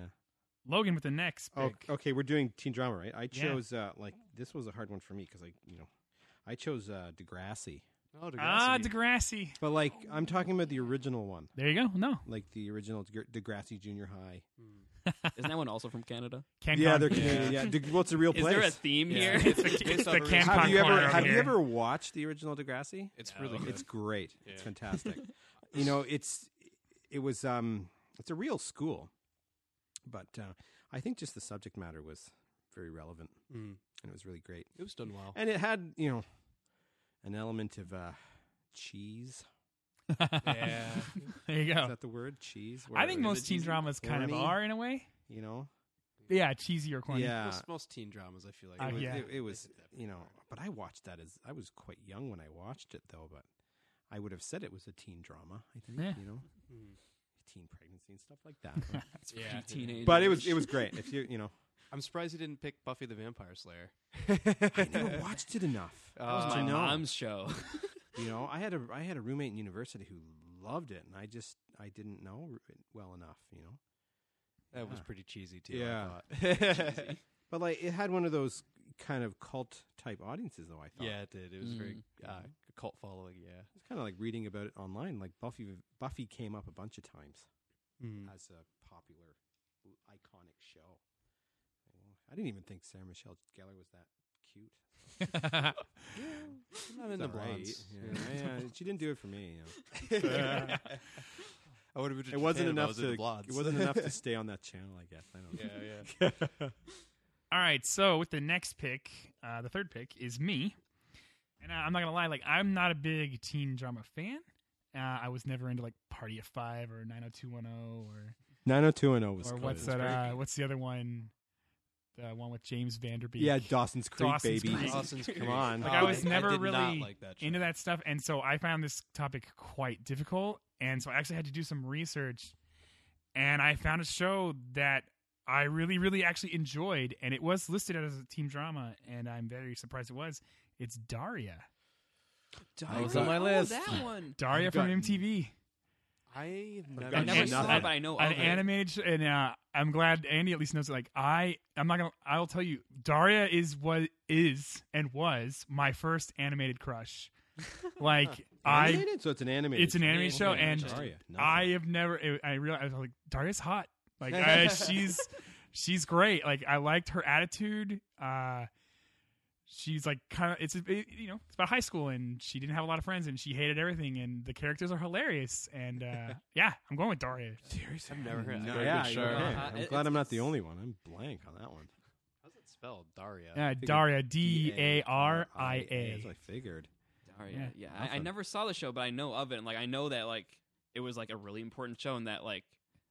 Logan with the next
Oh,
pick.
okay, we're doing teen drama, right? I
Yeah.
chose uh like this was a hard one for me cuz I, you know, I chose uh Degrassi.
oh, Degrassi.
ah, Degrassi.
But like I'm talking about the original one,
There you go. No,
like the original Degr- Degrassi Junior High.
Isn't that one also from Canada?
Ken
yeah,
Con.
they're Canadian. Yeah, Deg- well, it's a real
Is
place.
there a theme
Yeah.
here?
It's the, it's
based off
the
of-
Can
have
Con
you
corner
ever
over
have you
here.
ever watched the original Degrassi?
It's
No.
really good.
It's great. It's
Yeah.
fantastic. you know, it's it was um it's a real school, but uh, I think just the subject matter was very relevant
Mm.
and it was really great.
It was done well.
And it had you know an element of uh, cheese.
yeah.
there you
Is
go.
that the word cheese?
I
Where
think
is
most
it
teen
cheesy?
dramas kind of
Corny?
are in a way.
You know,
Yeah, cheesy or corny.
yeah.
most, most teen dramas, I feel like.
Uh,
It was,
yeah.
it, it was you know, but I watched that as I was quite young when I watched it though, but I would have said it was a teen drama. I think
Yeah.
you know,
Mm.
teen pregnancy and stuff like that.
It's
Yeah.
pretty teenage.
but it was it was great. If you you know,
I'm surprised you didn't pick Buffy the Vampire Slayer.
I never watched it enough.
Uh,
Oh,
That was
to
my
know.
mom's show.
You know, I had a I had a roommate in university who loved it, and I just I didn't know it well enough. You know,
That was
Yeah.
pretty cheesy too.
Yeah.
I thought.
but like it had one of those kind of cult type audiences though. I thought
yeah, it did. It was very
Mm.
uh, cult following. Yeah.
it's kind of like reading about it online. Like Buffy Buffy came up a bunch of times.
Mm.
as a popular, l- iconic show. Well, I didn't even think Sarah Michelle Gellar was that cute.
I'm not in the
It's alright.
blondes.
Yeah, yeah, she didn't do it for me. you know.
I would have been.
It wasn't enough
was
to.
in the
It
blondes.
wasn't enough to stay on that channel. I guess I
yeah,
don't. know.
yeah.
All right, so with the next pick, uh, the third pick is me, and uh, I'm not gonna lie, like I'm not a big teen drama fan. Uh, I was never into like Party of Five or 90210 or
Nine hundred two and was.
or
good.
what's that? Uh, what's the other one? The one with James Vanderbeek.
Yeah, Dawson's Creek,
Dawson's
baby.
Creek.
Dawson's
Come
Creek.
on.
Like, I
Oh,
was never
did not
really
like that show.
into that stuff, and so I found this topic quite difficult, and so I actually had to do some research, and I found a show that I really, really actually enjoyed, and it was listed as a team drama, and I'm very surprised it was. It's Daria,
That was on my list.
that one.
Daria from
gotten-
MTV,
I never,
I
I've
never
gotten
saw
nothing.
it, but I know
an
of it.
animated, sh- and uh, I'm glad Andy at least knows. It. Like I, I'm not gonna, I'll tell you, Daria is what is and was my first animated crush. Like I,
Animated? so it's an animated.
it's an animated show,
Okay,
and
Daria.
I
Nothing.
have never. It, I realized I was like Daria's hot. Like I, she's she's great. Like I liked her attitude. Uh, she's like kind of. It's it, you know it's about high school and she didn't have a lot of friends and she hated everything and the characters are hilarious and uh, yeah I'm going with Daria.
I've never heard.
No,
of that.
yeah,
Good
you're
show.
right.
Uh,
I'm
it-
glad
it's-
I'm not the
it's-
only one. I'm blank on that one.
How's it spelled? Daria.
Uh, Daria D A R I
That's
A.
what I figured.
Daria,
Yeah.
yeah. I, I
Awesome.
never saw the show, but I know of it. And, like I know that like it was like a really important show, and that like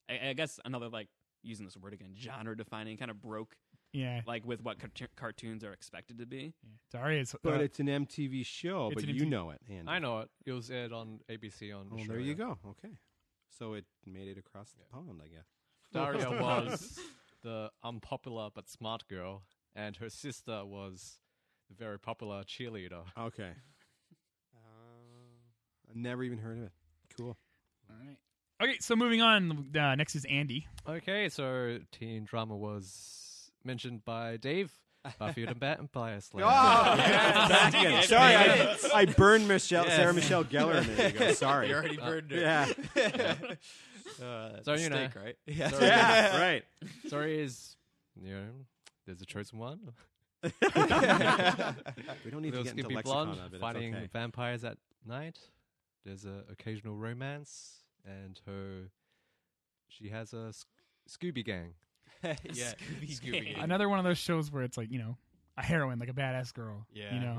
I, I guess another like using this word again, genre defining, kind of broke
Yeah,
like with what cart- cartoons are expected to be.
Daria's.
But
uh,
it's an MTV show,
It's
but
an
you
MTV
know it. Andy.
I know it. It was aired on ABC on.
Oh, there
Australia.
you go. Okay. So it made it across the pond, I guess.
Daria was the unpopular but smart girl, and her sister was the very popular cheerleader.
Okay.
Um,
I've Uh, never even heard of it. Cool.
all right. Okay, so moving on. Uh, next is Andy.
Okay, so teen drama was mentioned by Dave. Buffy the Vampire Slayer.
Oh! Back
Dang
in.
it.
Sorry, I,
Yes.
I burned Michelle, Sarah Michelle Gellar a minute ago. Sorry.
You already burned it.
yeah.
Uh,
So, you know.
steak, right? Yeah.
yeah. Right.
Sorry, is you know, there's a chosen one.
We
Little
don't need to get into
Skippy
lexicon
Blonde
of it.
fighting
it's okay.
vampires at night. There's a occasional romance, and her she has a sc- Scooby gang.
yeah.
Scooby Gang.
Scooby.
Another one of those shows where it's like you know a heroine, like a badass girl.
Yeah.
you know.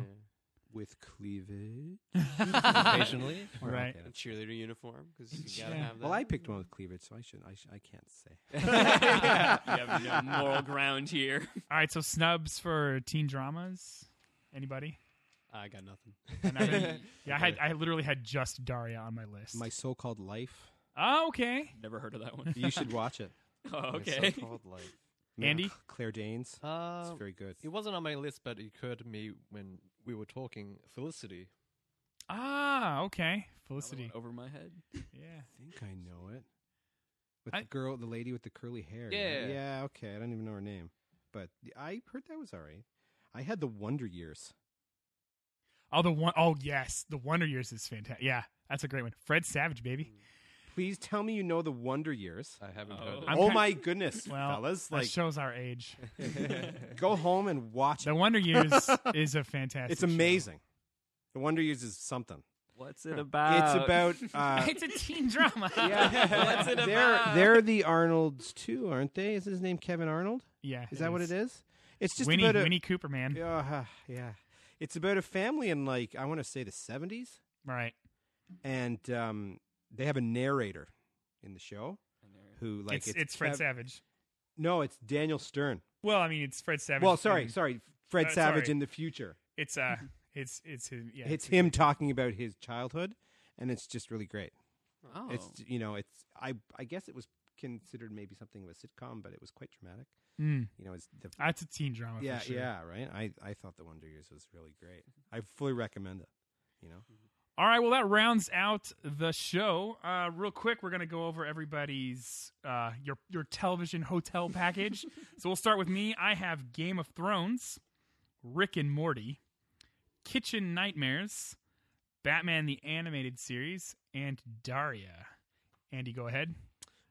With cleavage.
Occasionally,
Or
Right.
okay,
And
that's-
cheerleader uniform because you gotta
Yeah.
have that.
Well, I picked one with cleavage, so I should. I, sh- I can't say.
you have no moral ground here.
All right, so snubs for teen dramas. Anybody?
I got nothing.
And I had- yeah, I had I literally had just Daria on my list.
My so-called life.
oh, okay.
Never heard of that one.
You should watch it.
oh,
My
okay.
so-called life.
Yeah,
Andy? Um,
Claire Danes.
Uh,
it's very good.
it wasn't on my list, but it occurred to me when we were talking Felicity.
Ah, okay.
Another
Felicity.
one Over my head.
Yeah.
I think I know it. With
I-
the girl, the lady with the curly hair. right?
Yeah.
Yeah. Okay. I don't even know her name, but I heard that was all right. I had the Wonder Years.
Oh, the one oh yes, the Wonder Years is fantastic. Yeah, that's a great one. Fred Savage, baby.
Please tell me you know the Wonder Years.
I haven't
Oh.
heard it.
I'm
oh
kind-
my goodness,
Well,
fellas!
That
Like,
shows our age.
go home and watch
The
it.
Wonder Years is a fantastic.
It's
show.
amazing. The Wonder Years is something.
What's it about?
It's about. Uh,
it's a teen drama.
yeah,
What's it
they're
about?
they're the Arnold's too, aren't they? Is his name Kevin Arnold?
Yeah.
Is that what it is? It's just
Winnie
about a,
Winnie Cooper, man.
Yeah, uh, yeah. It's about a family in like I want to say the seventies,
Right.
and um, they have a narrator in the show who like
it's, it's Fred
Kev-
Savage.
No, it's Daniel Stern.
Well, I mean, it's Fred Savage.
Well, Oh, sorry,
and
sorry, Fred
Uh,
Savage
sorry.
in the future.
It's uh, it's it's him. Yeah,
it's him talking about his childhood, and it's just really great.
Oh.
It's you know, it's I I guess it was considered maybe something of a sitcom, but it was quite dramatic.
Mm,
You know, it's the
that's a teen drama.
yeah
Oh, for sure.
yeah right. I I thought the Wonder Years was really great. I fully recommend it. You know.
All right. Well, that rounds out the show. Uh, real quick, we're gonna go over everybody's uh, your your television hotel package. so we'll start with me. I have Game of Thrones, Rick and Morty, Kitchen Nightmares, Batman the Animated Series, and Daria. Andy, go ahead.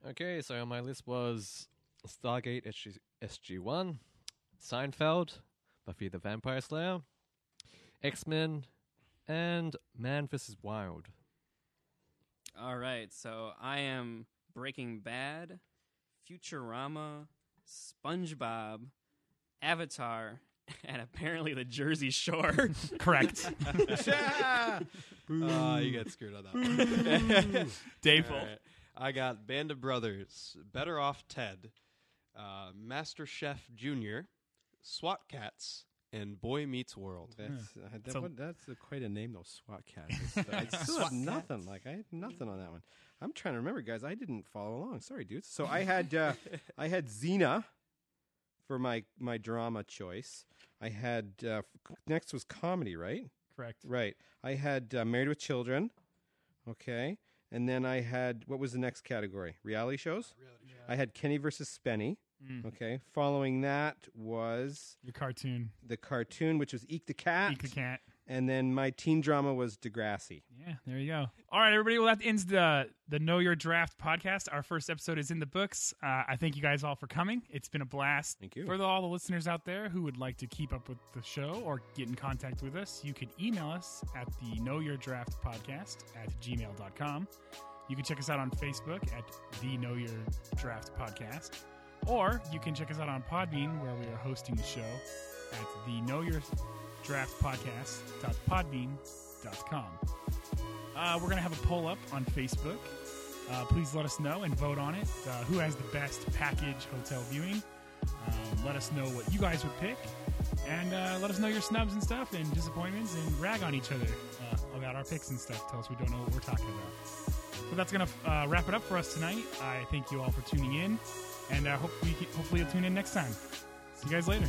Okay, so on my list was Stargate SG- SG-1, Seinfeld, Buffy the Vampire Slayer, X-Men, and Man vs. Wild.
All right, so I am Breaking Bad, Futurama, SpongeBob, Avatar, and apparently the Jersey Shore.
Correct.
Uh, you got screwed on that one.
Dave.
All right. I got Band of Brothers, Better Off Ted, uh, Master Chef Junior, SWAT Cats, and Boy Meets World.
That's uh, that
So-
one- that's a, quite a name though. SWAT cat. It's, uh, I still have nothing. Like I had nothing on that one. I'm trying to remember, guys. I didn't follow along. Sorry, dudes. So I had uh, I had Xena for my my drama choice. I had uh, f- next was comedy, right?
Correct.
Right. I had uh, Married with Children. Okay. And then I had what was the next category? Reality shows. I had Kenny versus Spenny.
Mm.
Okay. Following that was
Your cartoon.
the cartoon, which was Eek the Cat.
Eat the cat.
And then my teen drama was Degrassi.
Yeah, there you go. All right, everybody. Well, that ends the the Know Your Draft podcast. Our first episode is in the books. Uh, I thank you guys all for coming. It's been a blast.
Thank you.
For the, all the listeners out there who would like to keep up with the show or get in contact with us, you could email us at the Know Your Draft podcast at gmail.com. You can check us out on Facebook at the Know Your Draft podcast, or you can check us out on Podbean where we are hosting the show at the Know Your Draft podcast.podbean.com. Uh, we're going to have a poll up on Facebook. Uh, please let us know and vote on it. Uh, who has the best package hotel viewing? Um, let us know what you guys would pick. And uh, let us know your snubs and stuff and disappointments and rag on each other uh, about our picks and stuff. Tell us we don't know what we're talking about. So that's going to uh, wrap it up for us tonight. I thank you all for tuning in. And uh, hope we, hopefully you'll tune in next time. See you guys later.